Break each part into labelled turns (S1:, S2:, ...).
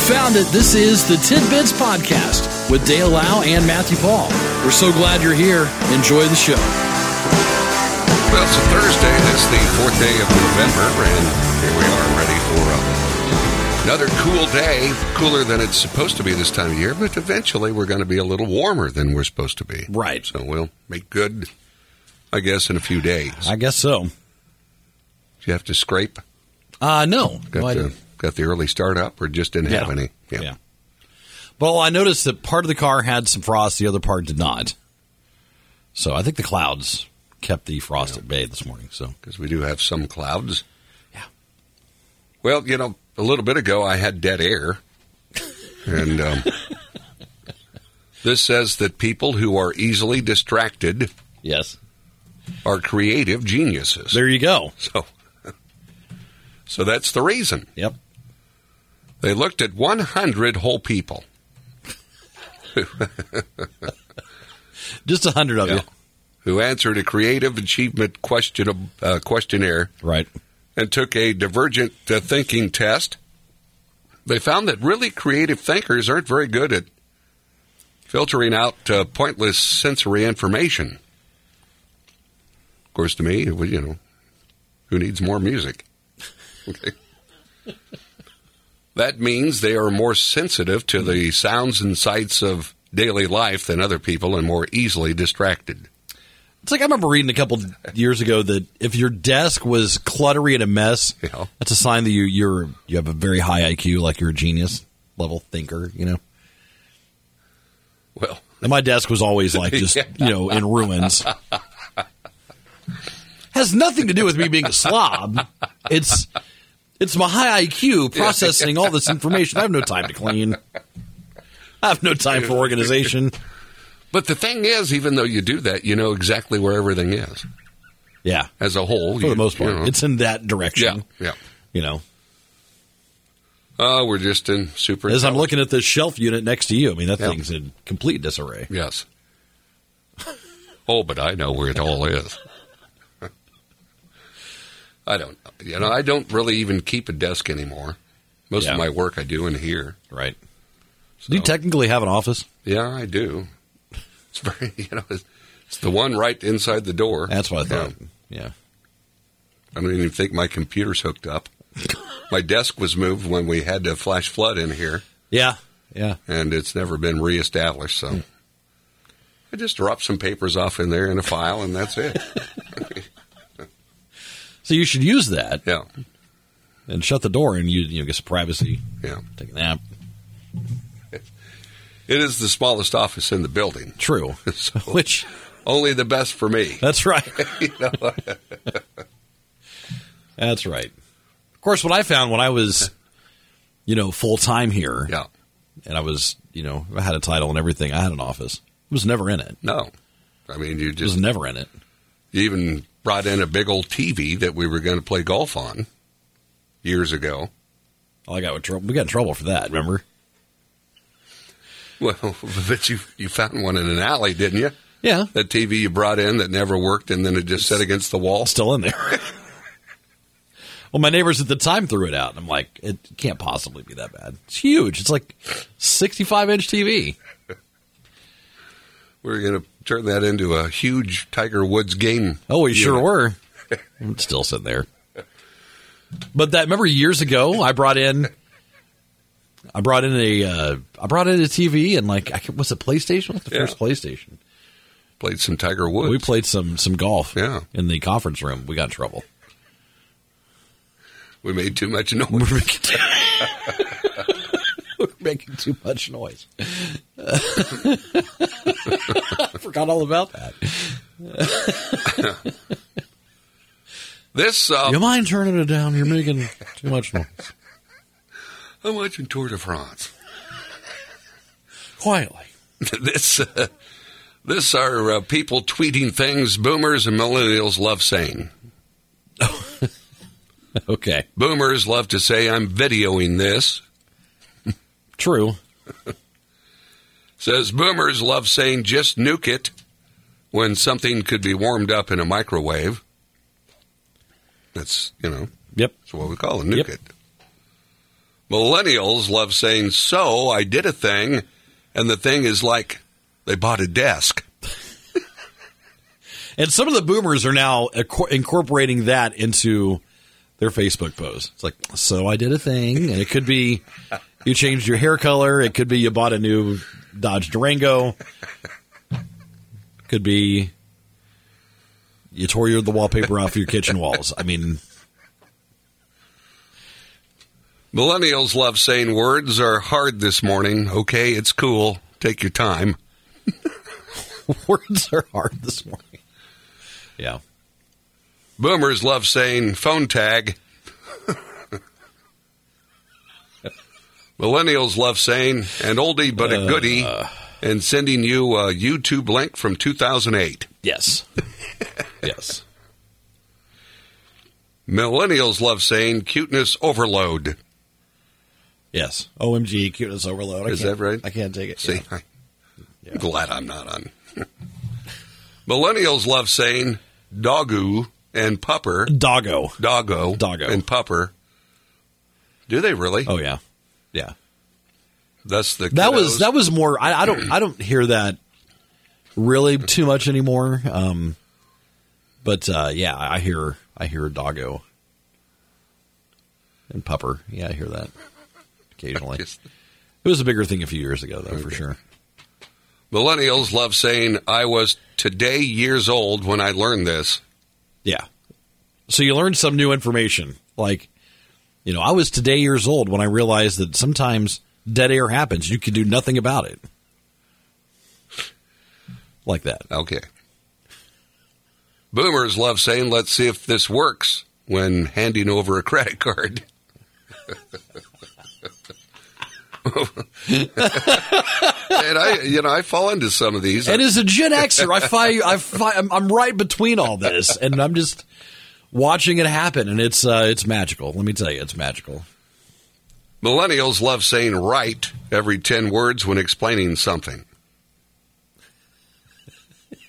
S1: found it. This is the Tidbits Podcast with Dale Lau and Matthew Paul. We're so glad you're here. Enjoy the show.
S2: Well, it's a Thursday. That's the fourth day of November, and here we are ready for uh, another cool day. Cooler than it's supposed to be this time of year, but eventually we're going to be a little warmer than we're supposed to be.
S1: Right.
S2: So we'll make good, I guess, in a few days.
S1: I guess so.
S2: Do you have to scrape?
S1: Uh, no.
S2: Got,
S1: No, I
S2: the,
S1: didn't.
S2: got the early start up, or just didn't have
S1: Yeah.
S2: any?
S1: yeah. Well, I noticed that part of the car had some frost, the other part did not. So I think the clouds kept the frost at bay this morning. So
S2: Because we do have some clouds.
S1: Yeah.
S2: Well, you know, a little bit ago I had dead air. And um, this says that people who are easily distracted
S1: yes,
S2: are creative geniuses.
S1: there you go.
S2: so, so that's the reason.
S1: Yep.
S2: They looked at 100 whole people.
S1: Just a hundred of
S2: Yeah.
S1: you.
S2: Who answered a creative achievement question, uh, questionnaire
S1: Right.
S2: and took a divergent uh, thinking test, they found that really creative thinkers aren't very good at filtering out uh, pointless sensory information. Of course, to me, well, you know, who needs more music? Okay. that means they are more sensitive to the sounds and sights of daily life than other people and more easily distracted.
S1: It's like I remember reading a couple years ago that if your desk was cluttery and a mess,
S2: Yeah.
S1: that's a sign that you you're you have a very high IQ, like you're a genius level thinker. You know,
S2: Well,
S1: and my desk was always like just you know in ruins. Has nothing to do with me being a slob. It's it's my high IQ processing all this information. I have no time to clean. I have no time for organization.
S2: but the thing is, even though you do that, you know exactly where everything is.
S1: Yeah,
S2: as a whole.
S1: for the most part,
S2: know.
S1: it's in that
S2: yeah,
S1: direction.
S2: yeah.
S1: You know,
S2: Uh, we're just in super.
S1: As I'm looking at this shelf unit next to you, I mean that
S2: Yeah.
S1: thing's in complete disarray.
S2: yes. Oh, but I know where it all is. I don't. You know, I don't really even keep a desk anymore. Most
S1: Yeah.
S2: of my work I do in here.
S1: Right. Do you technically have an office?
S2: Yeah, I do. It's very. You know, it's, it's the one right inside the door.
S1: That's what I
S2: Yeah.
S1: thought. Yeah.
S2: I don't even think my computer's hooked up. my desk was moved when we had a flash flood in here.
S1: Yeah. Yeah.
S2: and it's never been reestablished. So I just drop some papers off in there in a file, and that's it.
S1: So you should use that
S2: Yeah,
S1: and shut the door, and you you know, get some privacy.
S2: yeah.
S1: Take a nap.
S2: It is the smallest office in the building.
S1: True.
S2: So-
S1: Which
S2: Only the best for me.
S1: that's right. that's right. Of course, what I found when I was, you know, full time here,
S2: Yeah.
S1: and I was, you know, I had a title and everything. I had an office. I was never in it.
S2: No, I mean you
S1: I was
S2: just
S1: never in it.
S2: you even brought in a big old TV that we were going to play golf on years ago.
S1: All I got with trouble. We got in trouble for that. Remember?
S2: Well, but you you found one in an alley, didn't you?
S1: Yeah.
S2: That TV you brought in that never worked, and then it just set against the wall.
S1: still in there. well, my neighbors at the time threw it out, and I'm like, it can't possibly be that bad. It's huge. It's like 65 inch TV.
S2: We were going to turn that into a huge Tiger Woods game.
S1: Oh, we sure
S2: unit.
S1: were. It's still sitting there. But that remember years ago, I brought in, I brought in a, uh, I brought in a TV and like, I can, was it PlayStation? What's the
S2: Yeah.
S1: first PlayStation?
S2: played some Tiger Woods.
S1: We played some some golf.
S2: Yeah.
S1: in the conference room, we got in trouble.
S2: We made too much noise.
S1: We're making too, We're making too much noise. I forgot all about that.
S2: This uh,
S1: You mind turning it down? You're making too much noise.
S2: I'm watching Tour de France.
S1: Quietly.
S2: this uh, this are uh, people tweeting things boomers and millennials love saying.
S1: Okay.
S2: Boomers love to say I'm videoing this.
S1: True.
S2: Says boomers love saying just nuke it when something could be warmed up in a microwave. That's you know
S1: Yep.
S2: that's what we call a nuke
S1: Yep.
S2: it. Millennials love saying, So I did a thing, and the thing is like they bought a desk.
S1: And some of the boomers are now inco- incorporating that into their Facebook posts. It's like, so I did a thing, and it could be you changed your hair color. It could be you bought a new Dodge Durango. Could be you tore your, the wallpaper off your kitchen walls. I mean,
S2: Millennials love saying words are hard this morning. Okay, it's cool. Take your time.
S1: words are hard this morning. Yeah.
S2: Boomers love saying phone tag. Millennials love saying an oldie but a goodie and sending you a YouTube link from 2008.
S1: Yes. yes.
S2: Millennials love saying cuteness overload.
S1: Yes. OMG, cuteness overload. I
S2: Is
S1: can't-
S2: that right?
S1: I can't take it.
S2: See,
S1: Yeah.
S2: I, am glad I'm not on. Millennials love saying doggo and pupper.
S1: Doggo.
S2: Doggo.
S1: Doggo.
S2: And pupper. Do they really?
S1: Oh yeah. Yeah.
S2: That's the
S1: That was
S2: kiddos.
S1: that was more. I, I don't I don't hear that really too much anymore. Um, but uh, yeah, I hear I hear doggo and pupper. Yeah, I hear that occasionally.
S2: Just-
S1: It was a bigger thing a few years ago, though, for sure.
S2: Millennials love saying, I was today years old when I learned this.
S1: Yeah. So you learn some new information. Like, you know, I was today years old when I realized that sometimes dead air happens. You can do nothing about it. Like that.
S2: Okay. Boomers love saying, let's see if this works when handing over a credit card. and I, you know, I fall into some of these.
S1: And as a Gen Xer, I fi- I fi- I'm, I'm right between all this, and I'm just watching it happen, and it's uh, it's magical. Let me tell you, it's magical.
S2: Millennials love saying right every 10 words when explaining something.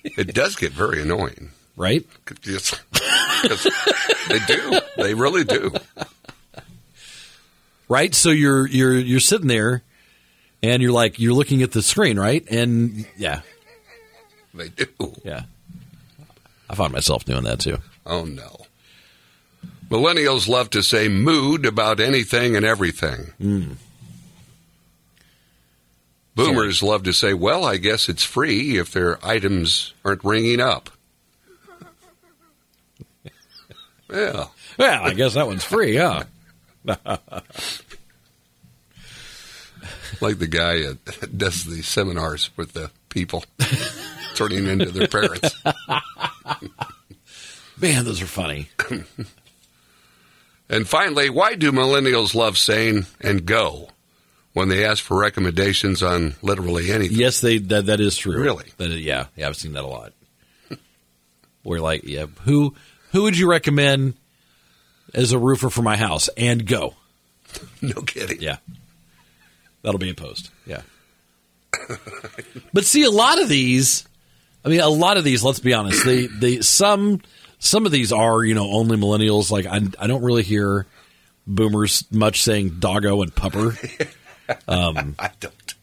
S2: It does get very annoying.
S1: Right?
S2: Yes. Yes. they do. They really do.
S1: right? So you're you're you're sitting there, and you're like you're looking at the screen, right? And yeah,
S2: They do.
S1: yeah. I find myself doing that too.
S2: Oh no. Millennials love to say mood about anything and everything. Boomers love to say, well, I guess it's free if their items aren't ringing up. yeah.
S1: Well, I guess that one's free, huh?
S2: Like the guy uh, that does the seminars with the people turning into their parents.
S1: Man, those are funny.
S2: And finally, why do millennials love saying and go when they ask for recommendations on literally anything?
S1: Yes, they that that is true.
S2: Really?
S1: That is, yeah, yeah. I've seen that a lot. We're like, yeah, who who would you recommend as a roofer for my house? And go,
S2: No kidding.
S1: yeah. That'll be a post, yeah. but see, a lot of these, I mean, a lot of these. Let's be honest, they they some some of these are you know only millennials. Like I I don't really hear boomers much saying doggo and pupper.
S2: I don't.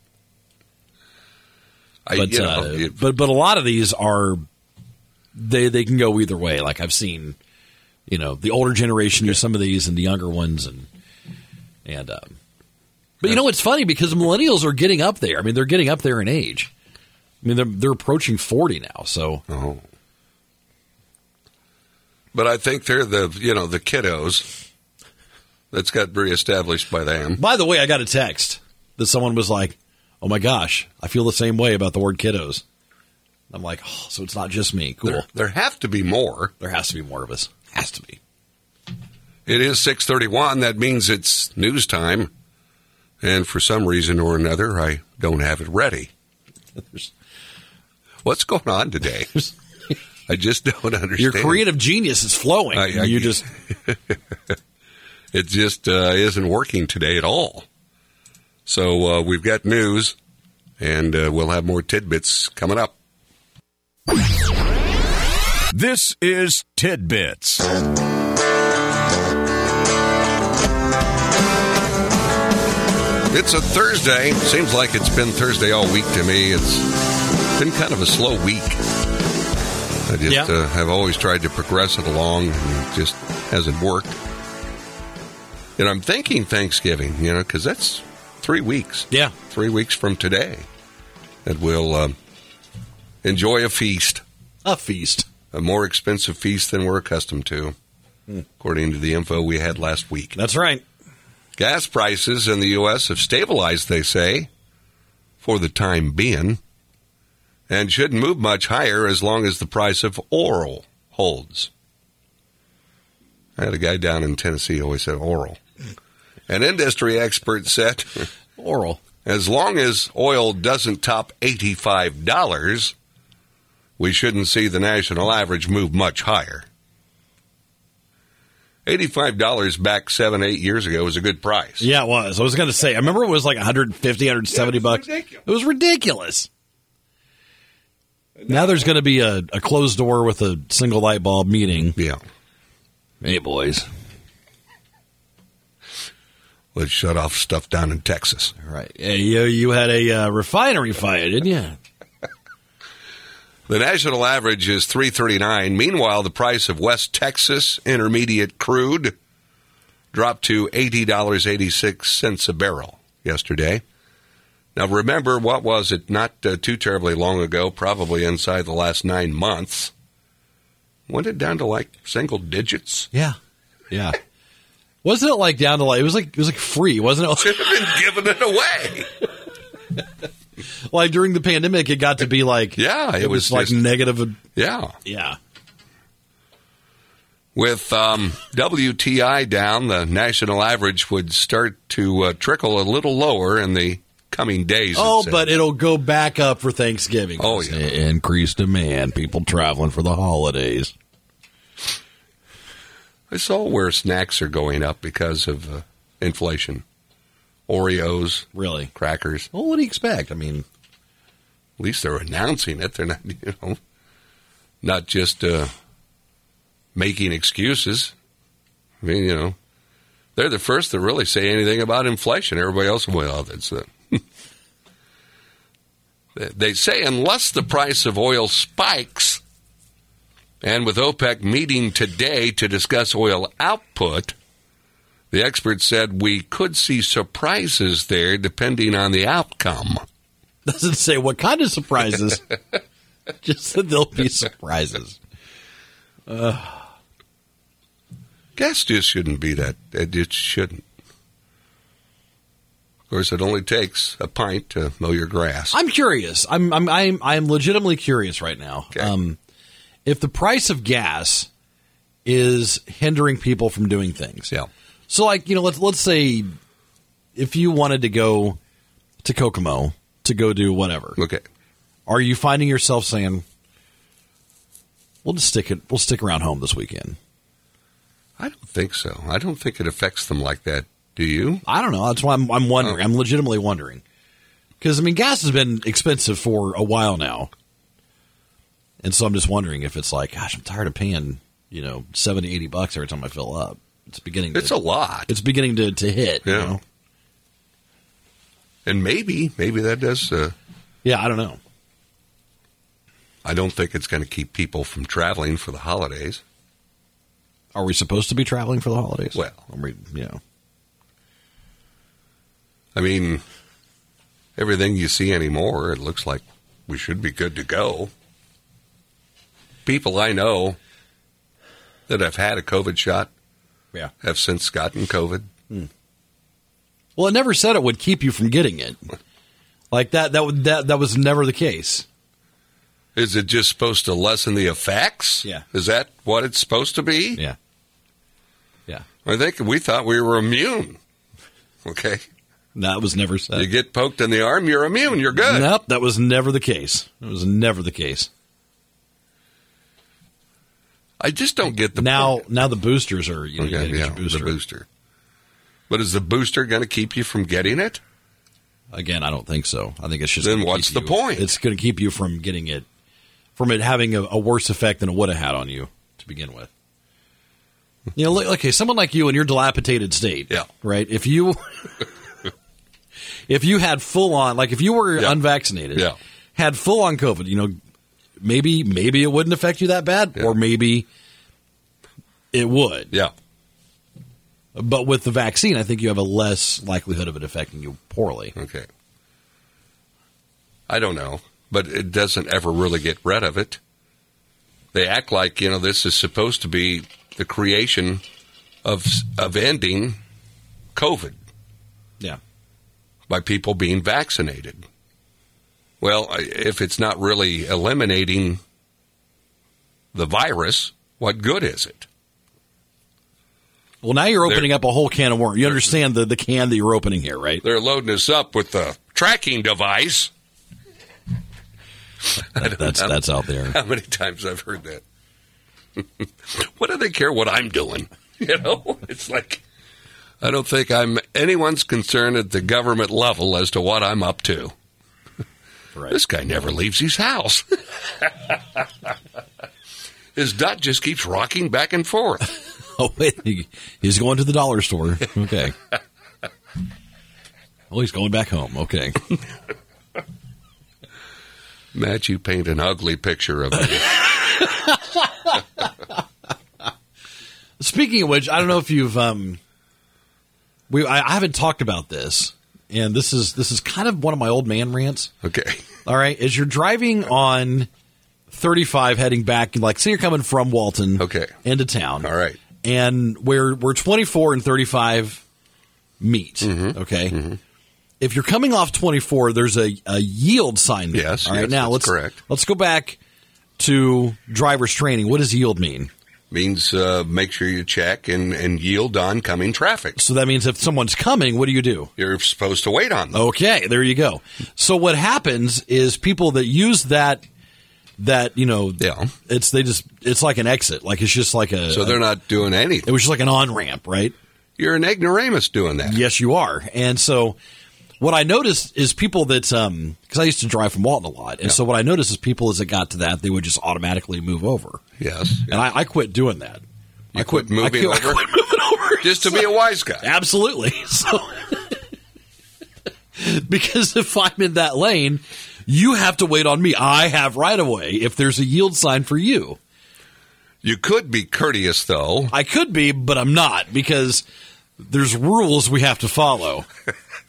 S2: I,
S1: but
S2: you know,
S1: uh,
S2: it-
S1: but but a lot of these are they they can go either way. Like I've seen, you know, the older generation do some of these, and the younger ones, and and um, but you know it's funny because millennials are getting up there. I mean, they're getting up there in age. I mean, they're they're approaching forty now. So
S2: oh. But I think they're the you know the kiddos that's got reestablished by them.
S1: by the way, I got a text that someone was like, "Oh my gosh, I feel the same way about the word kiddos." I'm like, oh, so it's not just me. Cool.
S2: There, there have to be more.
S1: there has to be more of us. Has to be.
S2: It is six thirty-one. That means it's news time. And for some reason or another, I don't have it ready.
S1: There's-
S2: What's going on today? I just don't understand.
S1: Your creative genius is flowing.
S2: I- I-
S1: you just
S2: It just uh, isn't working today at all. So uh, we've got news, and uh, we'll have more tidbits coming up.
S3: This is Tidbits.
S2: It's a Thursday. Seems like it's been Thursday all week to me. It's been kind of a slow week. I just
S1: Yeah.
S2: uh, have always tried to progress it along, and it just hasn't worked. And I'm thinking Thanksgiving, you know, because that's three weeks.
S1: Yeah.
S2: Three weeks from today, and we'll um, enjoy a feast,
S1: A feast.
S2: a more expensive feast than we're accustomed to, according to the info we had last week.
S1: That's right.
S2: Gas prices in the U.S. have stabilized, they say, for the time being, and shouldn't move much higher as long as the price of oil holds. I had a guy down in Tennessee who always said oil. An industry expert said
S1: Oral.
S2: as long as oil doesn't top $85, we shouldn't see the national average move much higher. $85 back seven, eight years ago was a good price.
S1: Yeah, it was. I was going to say. I remember it was like 150, 170
S2: Yeah, it was
S1: bucks.
S2: ridiculous.
S1: It was ridiculous. Now there's going to be a, a closed door with a single light bulb meeting.
S2: Yeah.
S1: Hey, boys.
S2: Let's shut off stuff down in Texas.
S1: Right. Hey, you, you had a uh, refinery fire, didn't you?
S2: The national average is 339. Meanwhile, the price of West Texas intermediate crude dropped to $80.86 a barrel yesterday. Now remember what was it not uh, too terribly long ago, probably inside the last 9 months, went it down to like single digits?
S1: Yeah. Yeah. Wasn't it like down to like it was like it was like free, wasn't it?
S2: Should have been giving it away.
S1: Like during the pandemic, it got to be like
S2: Yeah,
S1: it, was, like
S2: just-
S1: negative.
S2: Yeah.
S1: Yeah,
S2: With um, WTI down, the national average would start to uh, trickle a little lower in the coming days. it
S1: Oh,
S2: said.
S1: but it'll go back up for Thanksgiving.
S2: Oh, yeah.
S1: Increased demand, people traveling for the holidays.
S2: I saw where snacks are going up because of uh, inflation. Oreos,
S1: Really?
S2: crackers.
S1: Well, what do you expect? I mean,
S2: At least they're announcing it. They're not, you know, not just uh, making excuses. I mean, you know, they're the first to really say anything about inflation. Everybody else, well, that's the. they say unless the price of oil spikes, and with OPEC meeting today to discuss oil output, the experts said we could see surprises there depending on the outcome.
S1: doesn't say what kind of surprises. Just that there'll be surprises.
S2: Gas just shouldn't be that. It just shouldn't. Of course, it only takes a pint to mow your grass.
S1: I'm curious. I'm I'm I'm I'm legitimately curious right now.
S2: Okay.
S1: Um, if the price of gas is hindering people from doing things,
S2: yeah.
S1: So, like, you know, let's let's say if you wanted to go to Kokomo to go do whatever,
S2: Okay.
S1: are you finding yourself saying, "We'll just stick it. We'll stick around home this weekend."
S2: I don't think so. I don't think it affects them like that. Do you?
S1: I don't know. That's why I'm, I'm wondering. I'm legitimately wondering because I mean, gas has been expensive for a while now, and so I'm just wondering if it's like, gosh, I'm tired of paying you know 70, 80 bucks every time I fill up. It's beginning. To,
S2: It's a lot.
S1: it's beginning to to hit. You
S2: Yeah.
S1: know?
S2: And maybe, maybe that does. Uh,
S1: Yeah. I don't know.
S2: I don't think it's going to keep people from traveling for the holidays.
S1: Are we supposed to be traveling for the holidays?
S2: Well.
S1: Are we, you know.
S2: I mean, everything you see anymore, it looks like we should be good to go. People I know that have had a COVID shot
S1: Yeah.
S2: have since gotten COVID.
S1: Well, it never said it would keep you from getting it. Like that. That would that that was never the case.
S2: Is it just supposed to lessen the effects?
S1: Yeah.
S2: Is that what it's supposed to be?
S1: Yeah. Yeah.
S2: I think we thought we were immune. Okay.
S1: That was never
S2: you
S1: said.
S2: get poked in the arm, you're immune, you're good.
S1: Nope. That was never the case. It was never the case.
S2: I just don't get the
S1: now, now the boosters are you know
S2: Okay,
S1: you gotta get
S2: yeah,
S1: your booster.
S2: the booster. But is the booster going to keep you from getting it?
S1: Again, I don't think so. I think it's just
S2: Then
S1: gonna
S2: what's
S1: keep
S2: the
S1: you-
S2: point?
S1: It's going to keep you from getting it, from it having a, a worse effect than it would have had on you to begin with. You know, look, okay, someone like you in your dilapidated state,
S2: Yeah.
S1: right? If you if you had full on, like if you were
S2: Yeah.
S1: unvaccinated,
S2: Yeah.
S1: had full on COVID, you know, maybe maybe it wouldn't affect you that bad,
S2: Yeah.
S1: or maybe it would.
S2: Yeah.
S1: But with the vaccine, I think you have a less likelihood of it affecting you poorly.
S2: Okay. I don't know, but it doesn't ever really get rid of it. They act like you know this is supposed to be the creation of of ending COVID
S1: Yeah,
S2: by people being vaccinated. Well, I- if it's not really eliminating the virus, what good is it?
S1: Well, now you're
S2: There-
S1: opening up a whole can of worms. You understand the, the can that you're opening here, right?
S2: They're loading us up with the tracking device.
S1: That's that's out there.
S2: How many times I've heard that? what do they care what I'm doing? You know, it's like I don't think I'm anyone's concerned at the government level as to what I'm up to.
S1: Right.
S2: This guy never leaves his house. his dot just keeps rocking back and forth.
S1: Oh wait, he- he's going to the dollar store. Okay. Oh, he's going back home. Okay.
S2: Matt, you paint an ugly picture of me.
S1: Speaking of which, I don't know if you've um, we I, I haven't talked about this, and this is this is kind of one of my old man rants.
S2: Okay.
S1: All right, as you're driving on 35 heading back, like say you're coming from Walton,
S2: Okay.
S1: into town.
S2: All right.
S1: and where where 24 and 35 meet.
S2: Mm-hmm.
S1: Okay. If you're coming off 24, there's a, a yield sign. There.
S2: Yes,
S1: All right.
S2: yes,
S1: now
S2: that's
S1: let's
S2: correct.
S1: let's go back to driver's training. What does yield mean?
S2: Means uh, make sure you check and, and yield on coming traffic.
S1: So that means if someone's coming, what do you do?
S2: You're supposed to wait on them.
S1: Okay, there you go. So what happens is people that use that that you know
S2: Yeah.
S1: it's they just it's like an exit like it's just like a
S2: So they're not doing anything.
S1: it was just like an on ramp right
S2: You're an ignoramus doing that.
S1: Yes, you are. And so what I noticed is people that um because I used to drive from Walton a lot, and so what I noticed is people as it got to that they would just automatically move over,
S2: Yes.
S1: and I, I quit doing that. I quit,
S2: quit moving
S1: I quit,
S2: over?
S1: I quit moving over
S2: Just to be a wise guy.
S1: absolutely so. Because if I'm in that lane, you have to wait on me. I have right of way if there's a yield sign for you.
S2: You could be courteous, though.
S1: I could be, but I'm not because there's rules we have to follow.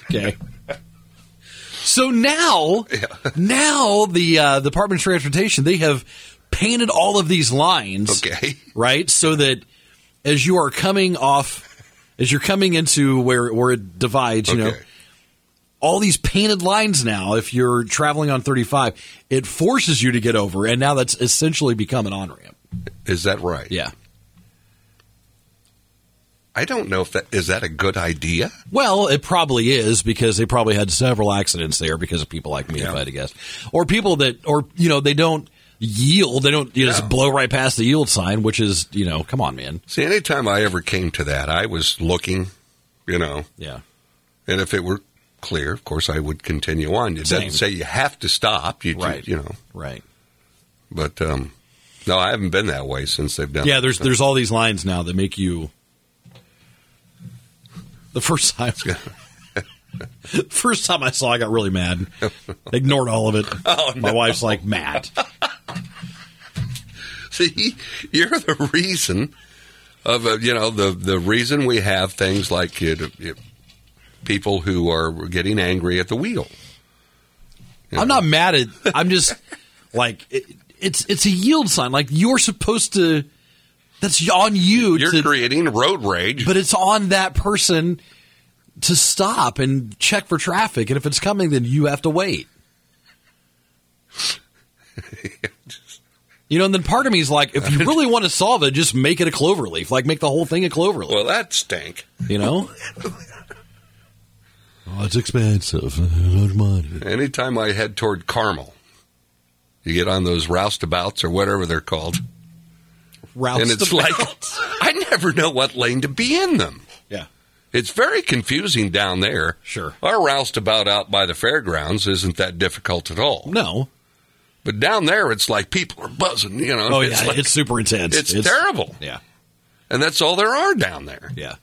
S1: Okay. So now, now the uh, Department of Transportation they have painted all of these lines,
S2: Okay.
S1: right, so that as you are coming off, as you're coming into where where it divides, you know,
S2: Okay.
S1: all these painted lines now. If you're traveling on 35, it forces you to get over, and now that's essentially become an on ramp.
S2: Is that right?
S1: Yeah.
S2: I don't know if that is that a good idea.
S1: Well, it probably is because they probably had several accidents there because of people like me, if I had to guess, or people that, or you know, they don't yield. They don't you know,
S2: Yeah.
S1: just blow right past the yield sign, which is you know, come on, man.
S2: See, anytime I ever came to that, I was looking, you know,
S1: Yeah,
S2: and if it were clear, of course, I would continue on. It
S1: Same.
S2: doesn't say you have to stop. You, ju-
S1: Right.
S2: You know,
S1: right.
S2: but um, no, I haven't been that way since they've done.
S1: Yeah, there's there's all these lines now that make you. The first time, first time I saw, I got really mad. Ignored all of it. My wife's like, Matt,
S2: See, you're the reason of uh, you know the the reason we have things like you, you, people who are getting angry at the wheel.
S1: I'm not mad at. I'm just like it, it's it's a yield sign. Like you're supposed to. That's on you.
S2: You're
S1: to,
S2: creating road rage.
S1: but it's on that person to stop and check for traffic. And if it's coming, then you have to wait. You know, and then part of me is like, if you really want to solve it, just make it a clover leaf. Like, make the whole thing a clover leaf.
S2: well, that stank.
S1: You know? oh, it's expensive. Large money.
S2: Anytime I head toward Carmel, you get on those roustabouts or whatever they're called,
S1: Routes
S2: and it's
S1: to-
S2: like I never know what lane to be in them.
S1: yeah,
S2: It's very confusing down there.
S1: Sure.
S2: Our roustabout out by the fairgrounds isn't that difficult at all.
S1: no.
S2: But down there, it's like people are buzzing. You know,
S1: Oh yeah,
S2: it's
S1: it's,
S2: like-
S1: super intense.
S2: it's terrible.
S1: Yeah,
S2: and that's all there are down there.
S1: yeah.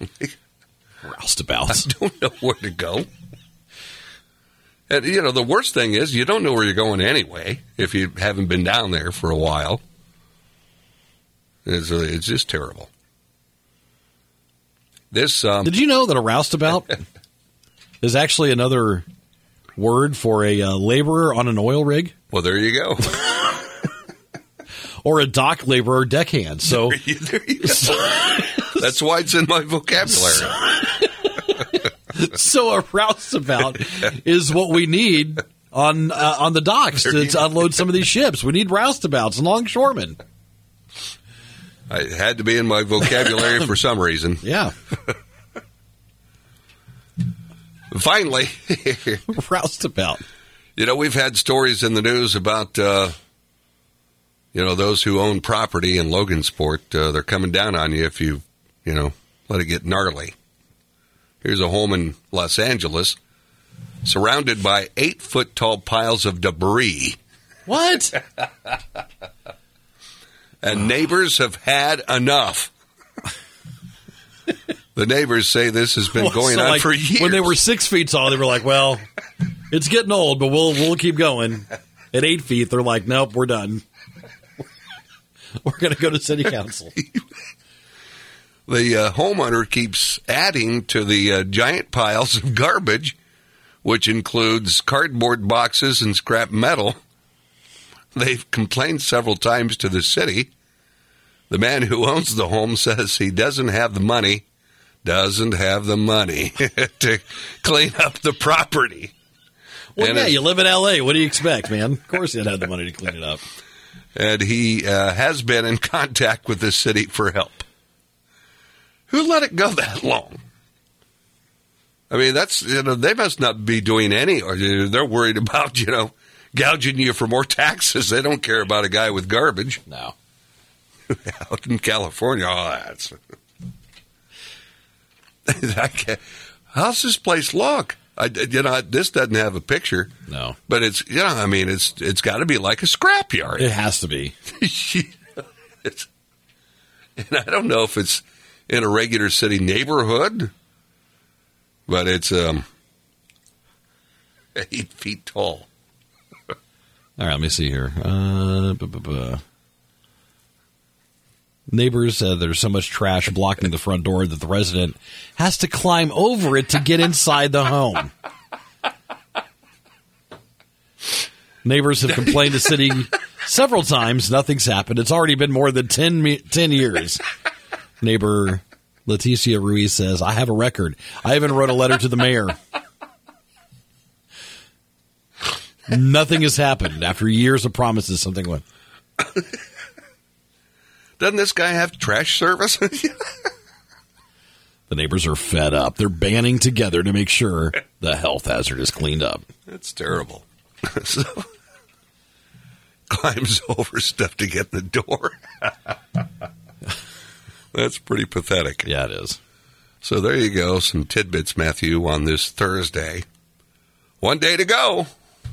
S1: Roustabout.
S2: don't know where to go. And you know, the worst thing is you don't know where you're going anyway if you haven't been down there for a while. It's, uh, it's just terrible. This um,
S1: Did you know that a roustabout is actually another word for a uh, laborer on an oil rig
S2: well, there you go.
S1: or a dock laborer deckhand? So
S2: There you go. That's why it's in my vocabulary.
S1: so a roustabout is what we need on uh, on the docks to, to unload some of these ships. We need roustabouts and longshoremen.
S2: It had to be in my vocabulary for some reason.
S1: Yeah,
S2: Finally,
S1: roustabout.
S2: You know, we've had stories in the news about, uh, you know, those who own property in Logansport. Uh, they're coming down on you if you, you know, let it get gnarly. Here's a home in Los Angeles surrounded by eight foot tall piles of debris,
S1: What?
S2: and neighbors have had enough. the neighbors say this has been going
S1: So,
S2: on
S1: like,
S2: for years.
S1: When they were six feet tall, they were like, "Well, it's getting old, but we'll we'll keep going." At eight feet, they're like, "Nope, we're done. We're going to go to city council."
S2: the uh, homeowner keeps adding to the uh, giant piles of garbage, which includes cardboard boxes and scrap metal. They've complained several times to the city. The man who owns the home says he doesn't have the money, doesn't have the money to clean up the property.
S1: Well,
S2: And
S1: yeah,
S2: it's-
S1: you live in L.A. What do you expect, man? Of course, you'd have the money to clean it up.
S2: and he uh, has been in contact with the city for help. Who let it go that long? I mean, that's you know they must not be doing any, or you know, they're worried about you know gouging you for more taxes. They don't care about a guy with garbage
S1: No,
S2: out in California. Oh, that's I can't- how's this place look? I you know this doesn't have a picture,
S1: no,
S2: but it's you know I mean it's it's got to be like a scrapyard.
S1: it has to be.
S2: It's- and I don't know if it's in a regular city neighborhood, but it's um, eight feet tall.
S1: All right, let me see here. Uh, bu- bu- bu. Neighbors, uh, there's so much trash blocking the front door that the resident has to climb over it to get inside the home. Neighbors have complained to city several times. Nothing's happened. It's already been more than 10, me- 10 years. Neighbor Leticia Ruiz says, I have a record. I even wrote a letter to the mayor. Nothing has happened after years of promises. Something went.
S2: Doesn't this guy have trash service?
S1: The neighbors are fed up. They're banding together to make sure the health hazard is cleaned up.
S2: That's terrible. so, climbs over stuff to get in the door. That's pretty pathetic.
S1: Yeah, it is.
S2: So there you go, some tidbits, Matthew, on this Thursday. One day to go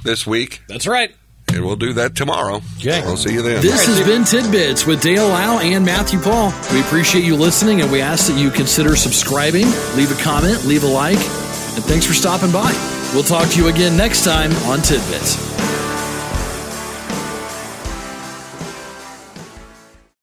S2: this week.
S1: That's right.
S2: And we'll do that tomorrow.
S1: Okay.
S2: We'll see you then.
S4: This has been Tidbits with Dale Lau and Matthew Paul. We appreciate you listening and we ask that you consider subscribing, leave a comment, leave a like, and thanks for stopping by. We'll talk to you again next time on Tidbits.